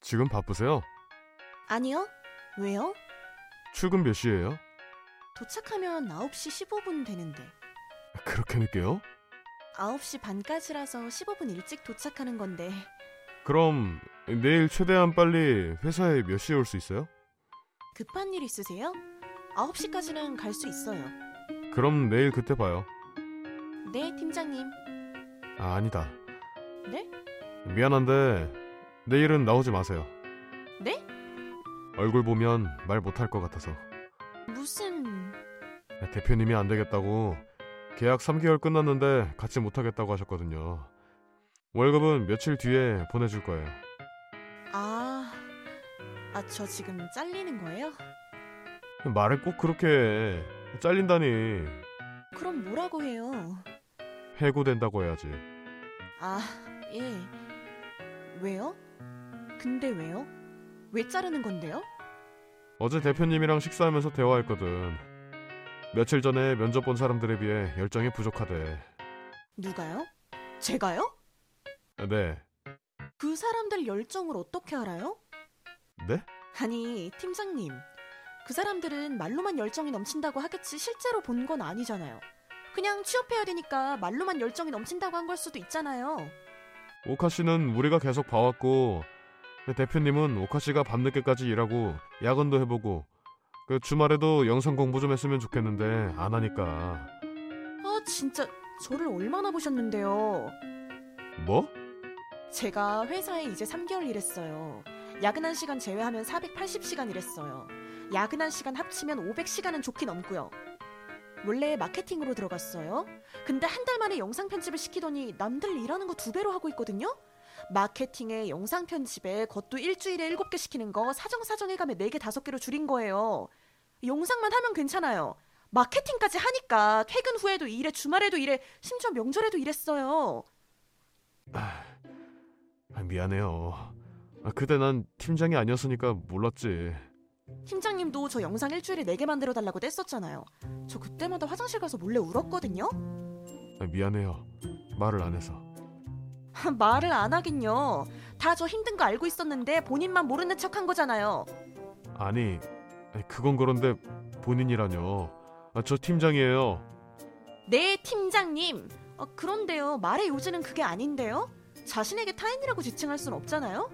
지금 바쁘세요? 아니요. 왜요? 출근 몇 시예요? 도착하면 9시 15분 되는데. 그렇게 늦게요? 9시 반까지라서 15분 일찍 도착하는 건데. 그럼 내일 최대한 빨리 회사에 몇 시에 올 수 있어요? 급한 일 있으세요? 9시까지는 갈 수 있어요. 그럼 내일 그때 봐요. 네, 팀장님. 아, 아니다. 네? 미안한데 내일은 나오지 마세요. 네? 얼굴 보면 말 못할 것 같아서 무슨 대표님이 안 되겠다고 계약 3개월 끝났는데 같이 못하겠다고 하셨거든요. 월급은 며칠 뒤에 보내줄 거예요. 아. 아, 저 지금 잘리는 거예요? 말을 꼭 그렇게 해. 잘린다니 그럼 뭐라고 해요? 해고된다고 해야지. 아, 예. 왜요? 근데 왜요? 왜 자르는 건데요? 어제 대표님이랑 식사하면서 대화했거든. 며칠 전에 면접 본 사람들에 비해 열정이 부족하대. 누가요? 제가요? 네, 그 사람들 열정을 어떻게 알아요? 네? 아니, 팀장님. 그 사람들은 말로만 열정이 넘친다고 하겠지 실제로 본 건 아니잖아요. 그냥 취업해야 되니까 말로만 열정이 넘친다고 한 걸 수도 있잖아요. 오카 씨는 우리가 계속 봐왔고 대표님은 오카 씨가 밤늦게까지 일하고 야근도 해보고 그 주말에도 영상 공부 좀 했으면 좋겠는데 안 하니까 아, 진짜 저를 얼마나 보셨는데요. 뭐? 제가 회사에 이제 3개월 일했어요. 야근한 시간 제외하면 480시간 일했어요. 야근한 시간 합치면 500시간은 좋게 넘고요. 원래 마케팅으로 들어갔어요. 근데 한 달 만에 영상 편집을 시키더니 남들 일하는 거 두 배로 하고 있거든요. 마케팅에 영상 편집에 것도 일주일에 7개 시키는 거 사정사정 해가며 4개 5개로 줄인 거예요. 영상만 하면 괜찮아요. 마케팅까지 하니까 퇴근 후에도 일해 주말에도 일해 심지어 명절에도 일했어요. 아, 미안해요. 아, 그때 난 팀장이 아니었으니까 몰랐지. 팀장님도 저 영상 일주일에 4개 만들어 달라고 뗐었잖아요. 저 그때마다 화장실 가서 몰래 울었거든요. 아, 미안해요. 말을 안 해서. 말을 안 하긴요. 다 저 힘든 거 알고 있었는데 본인만 모르는 척 한 거잖아요. 아니, 아니, 그건 그런데 본인이라뇨. 아, 저 팀장이에요. 네, 팀장님. 어, 그런데요. 말의 요지는 그게 아닌데요. 자신에게 타인이라고 지칭할 순 없잖아요.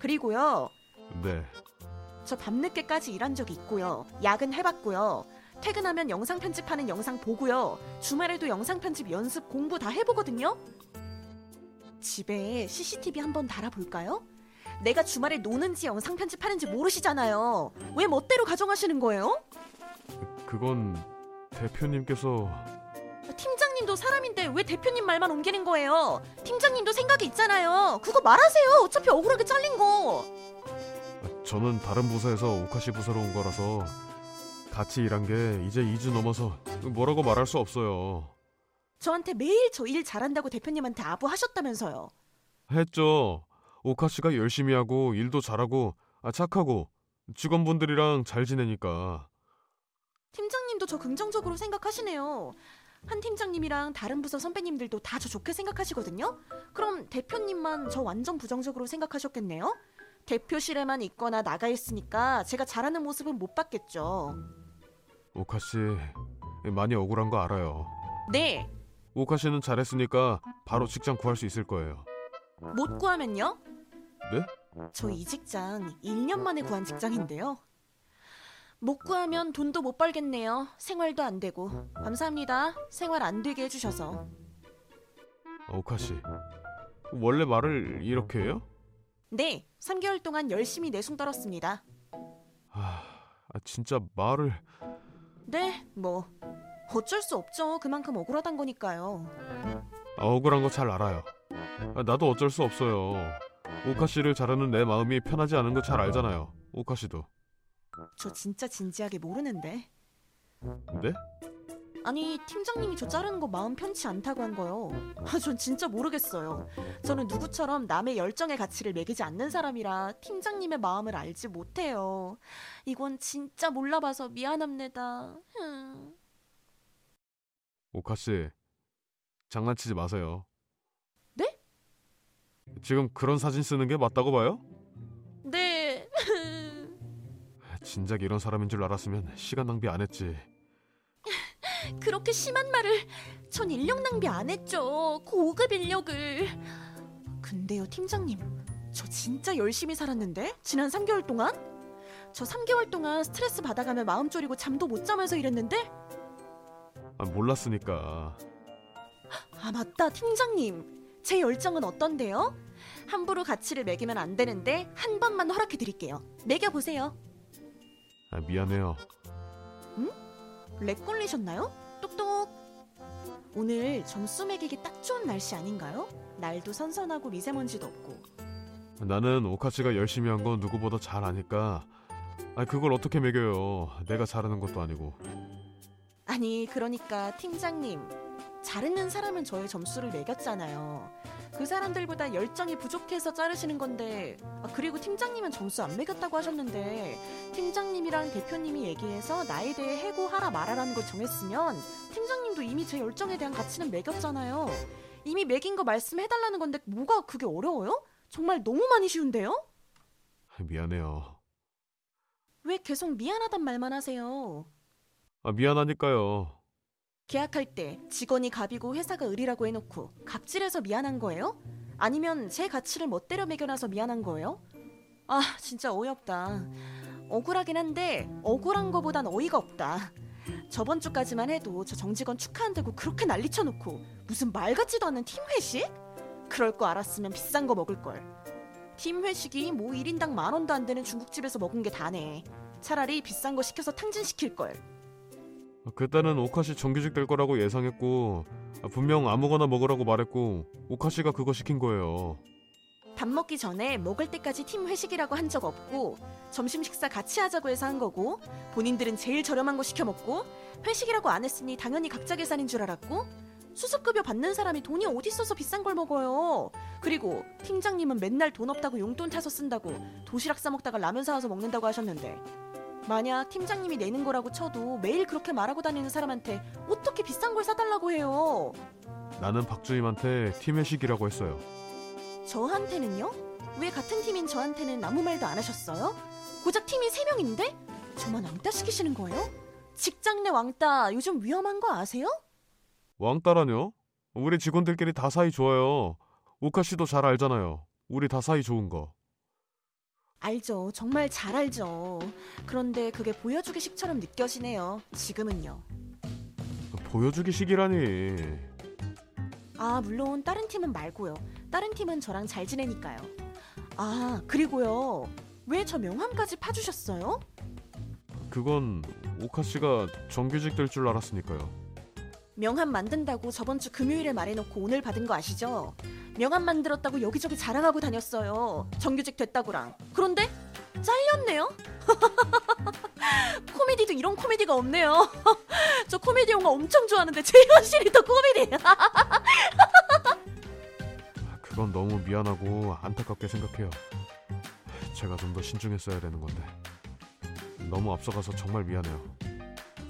그리고요. 네. 저 밤늦게까지 일한 적이 있고요. 야근 해봤고요. 퇴근하면 영상 편집하는 영상 보고요. 주말에도 영상 편집 연습 공부 다 해보거든요. 집에 CCTV 한번 달아볼까요? 내가 주말에 노는지 영상 편집하는지 모르시잖아요. 왜 멋대로 가정하시는 거예요? 그건 대표님께서 팀장님도 사람인데 왜 대표님 말만 옮기는 거예요? 팀장님도 생각이 있잖아요. 그거 말하세요. 어차피 억울하게 잘린 거. 아, 저는 다른 부서에서 오카시 부서로 온 거라서 같이 일한 게 이제 2주 넘어서 뭐라고 말할 수 없어요. 저한테 매일 저 일 잘한다고 대표님한테 아부하셨다면서요. 했죠. 오카시가 열심히 하고 일도 잘하고 아, 착하고 직원분들이랑 잘 지내니까 팀장님도 저 긍정적으로 생각하시네요. 한 팀장님이랑 다른 부서 선배님들도 다 저 좋게 생각하시거든요. 그럼 대표님만 저 완전 부정적으로 생각하셨겠네요. 대표실에만 있거나 나가 있으니까 제가 잘하는 모습은 못 봤겠죠. 오카시 많이 억울한 거 알아요. 네, 오카시는 잘했으니까 바로 직장 구할 수 있을 거예요. 못 구하면요? 네? 저 이 직장 1년 만에 구한 직장인데요. 못 구하면 돈도 못 벌겠네요. 생활도 안 되고. 감사합니다. 생활 안 되게 해주셔서. 오카시 아, 원래 말을 이렇게 해요? 네, 3개월 동안 열심히 내숭 떨었습니다. 아, 진짜 말을 네, 뭐 어쩔 수 없죠. 그만큼 억울하단 거니까요. 아, 억울한 거 잘 알아요. 아, 나도 어쩔 수 없어요. 오카 씨를 자르는 내 마음이 편하지 않은 거 잘 알잖아요. 오카 씨도. 저 진짜 진지하게 모르는데. 네? 아니, 팀장님이 저 자르는 거 마음 편치 않다고 한 거요. 아, 전 진짜 모르겠어요. 저는 누구처럼 남의 열정의 가치를 매기지 않는 사람이라 팀장님의 마음을 알지 못해요. 이건 진짜 몰라봐서 미안합니다. 흠. 오카 씨 장난치지 마세요. 네? 지금 그런 사진 쓰는 게 맞다고 봐요? 네. 아, 진작 이런 사람인 줄 알았으면 시간 낭비 안 했지. 그렇게 심한 말을 전 인력 낭비 안 했죠. 고급 인력을. 그 근데요, 팀장님. 저 진짜 열심히 살았는데? 지난 3개월 동안? 저 3개월 동안 스트레스 받아가며 마음 졸이고 잠도 못 자면서 일했는데? 아, 몰랐으니까. 아, 맞다, 팀장님. 제 열정은 어떤데요? 함부로 가치를 매기면 안 되는데 한 번만 허락해 드릴게요. 매겨 보세요. 아, 미안해요. 랩 걸리셨나요? 똑똑. 오늘 점수 매기기 딱 좋은 날씨 아닌가요? 날도 선선하고 미세먼지도 없고. 나는 오카치가 열심히 한 건 누구보다 잘 아니까. 아, 그걸 어떻게 매겨요? 내가 잘하는 것도 아니고. 아니 그러니까 팀장님 자르는 사람은 저의 점수를 매겼잖아요. 그 사람들보다 열정이 부족해서 자르시는 건데 아, 그리고 팀장님은 점수 안 매겼다고 하셨는데 팀장님이랑 대표님이 얘기해서 나에 대해 해고하라 말하라는 걸 정했으면 팀장님도 이미 제 열정에 대한 가치는 매겼잖아요. 이미 매긴 거 말씀해달라는 건데 뭐가 그게 어려워요? 정말 너무 많이 쉬운데요? 아, 미안해요. 왜 계속 미안하단 말만 하세요? 아, 미안하니까요. 계약할 때 직원이 갑이고 회사가 을이라고 해놓고 갑질해서 미안한 거예요? 아니면 제 가치를 멋대로 매겨놔서 미안한 거예요? 아 진짜 어이없다. 억울하긴 한데 억울한 거보단 어이가 없다. 저번 주까지만 해도 저 정직원 축하한다고 그렇게 난리 쳐놓고 무슨 말 같지도 않은 팀 회식? 그럴 거 알았으면 비싼 거 먹을 걸. 팀 회식이 뭐 1인당 만 원도 안 되는 중국집에서 먹은 게 다네. 차라리 비싼 거 시켜서 탕진시킬 걸. 그때는 오카시 정규직 될 거라고 예상했고 아, 분명 아무거나 먹으라고 말했고 오카시가 그거 시킨 거예요. 밥 먹기 전에 먹을 때까지 팀 회식이라고 한 적 없고 점심 식사 같이 하자고 해서 한 거고 본인들은 제일 저렴한 거 시켜 먹고 회식이라고 안 했으니 당연히 각자 계산인 줄 알았고 수습급여 받는 사람이 돈이 어디 있어서 비싼 걸 먹어요. 그리고 팀장님은 맨날 돈 없다고 용돈 타서 쓴다고 도시락 싸 먹다가 라면 사와서 먹는다고 하셨는데 만약 팀장님이 내는 거라고 쳐도 매일 그렇게 말하고 다니는 사람한테 어떻게 비싼 걸 사달라고 해요? 나는 박주임한테 팀 회식이라고 했어요. 저한테는요? 왜 같은 팀인 저한테는 아무 말도 안 하셨어요? 고작 팀이 세명인데 저만 왕따 시키시는 거예요? 직장 내 왕따 요즘 위험한 거 아세요? 왕따라뇨? 우리 직원들끼리 다 사이 좋아요. 오카시도 잘 알잖아요. 우리 다 사이 좋은 거. 알죠. 정말 잘 알죠. 그런데 그게 보여주기식처럼 느껴지네요. 지금은요. 보여주기 식이라니. 아, 물론 다른 팀은 말고요. 다른 팀은 저랑 잘 지내니까요. 아, 그리고요. 왜 저 명함까지 파주셨어요? 그건 오카시가 정규직 될 줄 알았으니까요. 명함 만든다고 저번 주 금요일에 말해놓고 오늘 받은 거 아시죠? 명함 만들었다고 여기저기 자랑하고 다녔어요. 정규직 됐다고랑. 그런데 잘렸네요. 코미디도 이런 코미디가 없네요. 저 코미디 영화 엄청 좋아하는데 제 현실이 더 코미디예요. 그건 너무 미안하고 안타깝게 생각해요. 제가 좀 더 신중했어야 되는 건데. 너무 앞서가서 정말 미안해요.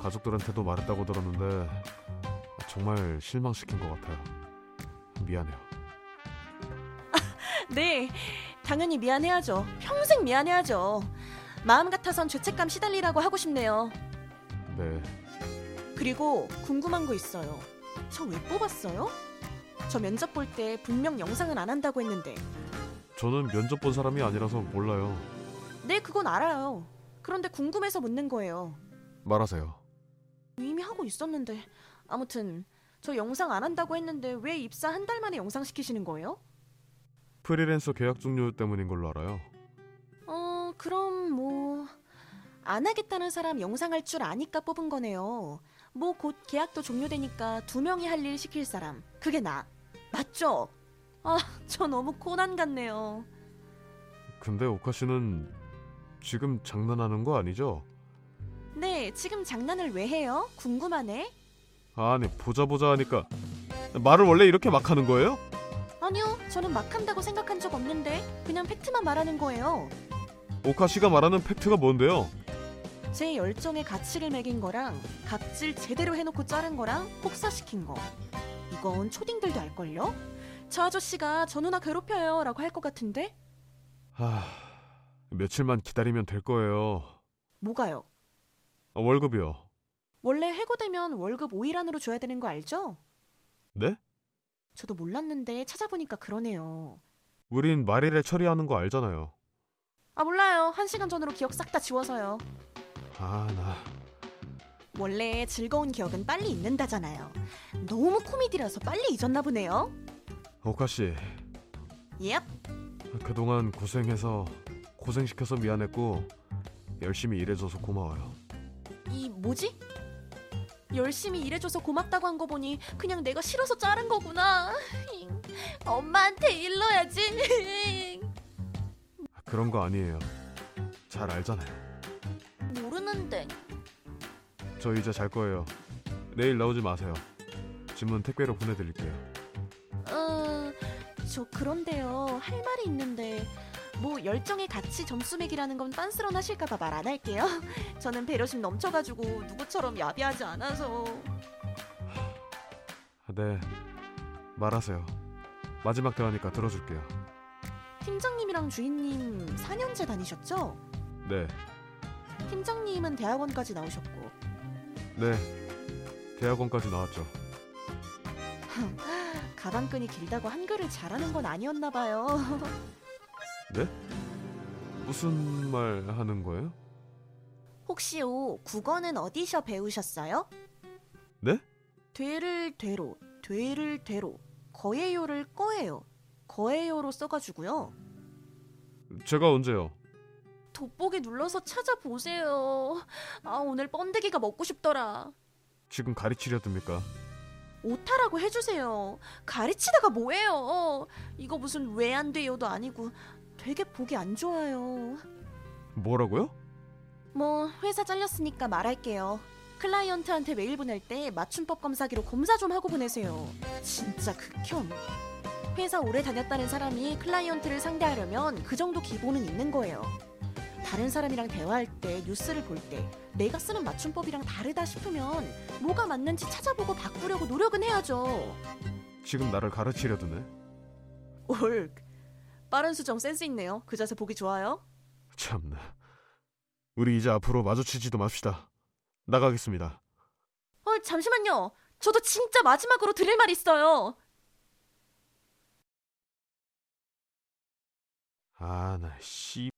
가족들한테도 말했다고 들었는데 정말 실망시킨 것 같아요. 미안해요. 네, 당연히 미안해야죠. 평생 미안해야죠. 마음 같아선 죄책감 시달리라고 하고 싶네요. 네. 그리고 궁금한 거 있어요. 저 왜 뽑았어요? 저 면접 볼 때 분명 영상은 안 한다고 했는데 저는 면접 본 사람이 아니라서 몰라요. 네, 그건 알아요. 그런데 궁금해서 묻는 거예요. 말하세요. 이미 하고 있었는데. 아무튼 저 영상 안 한다고 했는데 왜 입사 한 달 만에 영상 시키시는 거예요? 프리랜서 계약 종료 때문인 걸로 알아요. 어, 그럼 뭐 안 하겠다는 사람 영상 할 줄 아니까 뽑은 거네요. 뭐 곧 계약도 종료되니까 두 명이 할 일 시킬 사람. 그게 나. 맞죠? 아, 저 너무 코난 같네요. 근데 오카 씨는 지금 장난하는 거 아니죠? 네, 지금 장난을 왜 해요? 궁금하네. 아니 보자 보자 하니까 말을 원래 이렇게 막 하는 거예요? 아니요, 저는 막 한다고 생각한 적 없는데 그냥 팩트만 말하는 거예요. 오카 씨가 말하는 팩트가 뭔데요? 제 열정의 가치를 매긴 거랑 각질 제대로 해놓고 자른 거랑 혹사시킨 거 이건 초딩들도 알걸요? 저 아저씨가 저 누나 괴롭혀요 라고 할 것 같은데? 하, 며칠만 기다리면 될 거예요. 뭐가요? 아, 월급이요. 원래 해고되면 월급 5일 안으로 줘야 되는 거 알죠? 네? 저도 몰랐는데 찾아보니까 그러네요. 우린 말일에 처리하는 거 알잖아요. 아 몰라요. 한 시간 전으로 기억 싹 다 지워서요. 아, 나 원래 즐거운 기억은 빨리 잊는다잖아요. 너무 코미디라서 빨리 잊었나 보네요. 오카 씨 예. 그동안 고생해서 고생시켜서 미안했고 열심히 일해줘서 고마워요. 이 뭐지? 열심히 일해줘서 고맙다고 한 거 보니 그냥 내가 싫어서 자른 거구나. 엄마한테 일러야지. 그런 거 아니에요. 잘 알잖아요. 모르는데. 저 이제 잘 거예요. 내일 나오지 마세요. 짐은 택배로 보내드릴게요. 어, 저 그런데요. 할 말이 있는데 뭐 열정에 같이 점수 매기라는 건 빤스런 하실까봐 말 안 할게요. 저는 배려심 넘쳐가지고 누구처럼 야비하지 않아서. 네, 말하세요. 마지막 대화니까 들어줄게요. 팀장님이랑 주인님 4년째 다니셨죠? 네, 팀장님은 대학원까지 나오셨고 네. 대학원까지 나왔죠. 가방끈이 길다고 한글을 잘하는 건 아니었나 봐요. 무슨 말 하는 거예요? 혹시요 국어는 어디서 배우셨어요? 네? 되를 되로, 되를 되로, 거예요를 꺼예요, 거예요로 써가지고요. 제가 언제요? 돋보기 눌러서 찾아보세요. 아, 오늘 번데기가 먹고 싶더라. 지금 가르치려 듭니까? 오타라고 해주세요. 가르치다가 뭐예요? 이거 무슨 왜 안 돼요도 아니고 되게 보기 안 좋아요. 뭐라고요? 뭐 회사 잘렸으니까 말할게요. 클라이언트한테 메일 보낼 때 맞춤법 검사기로 검사 좀 하고 보내세요. 진짜 극혐. 회사 오래 다녔다는 사람이 클라이언트를 상대하려면 그 정도 기본은 있는 거예요. 다른 사람이랑 대화할 때, 뉴스를 볼 때, 내가 쓰는 맞춤법이랑 다르다 싶으면 뭐가 맞는지 찾아보고 바꾸려고 노력은 해야죠. 지금 나를 가르치려 드네. 올. 빠른 수정 센스 있네요. 그 자세 보기 좋아요. 참나. 우리 이제 앞으로 마주치지도 맙시다. 나가겠습니다. 어, 잠시만요. 저도 진짜 마지막으로 드릴 말 있어요. 아, 나 씨.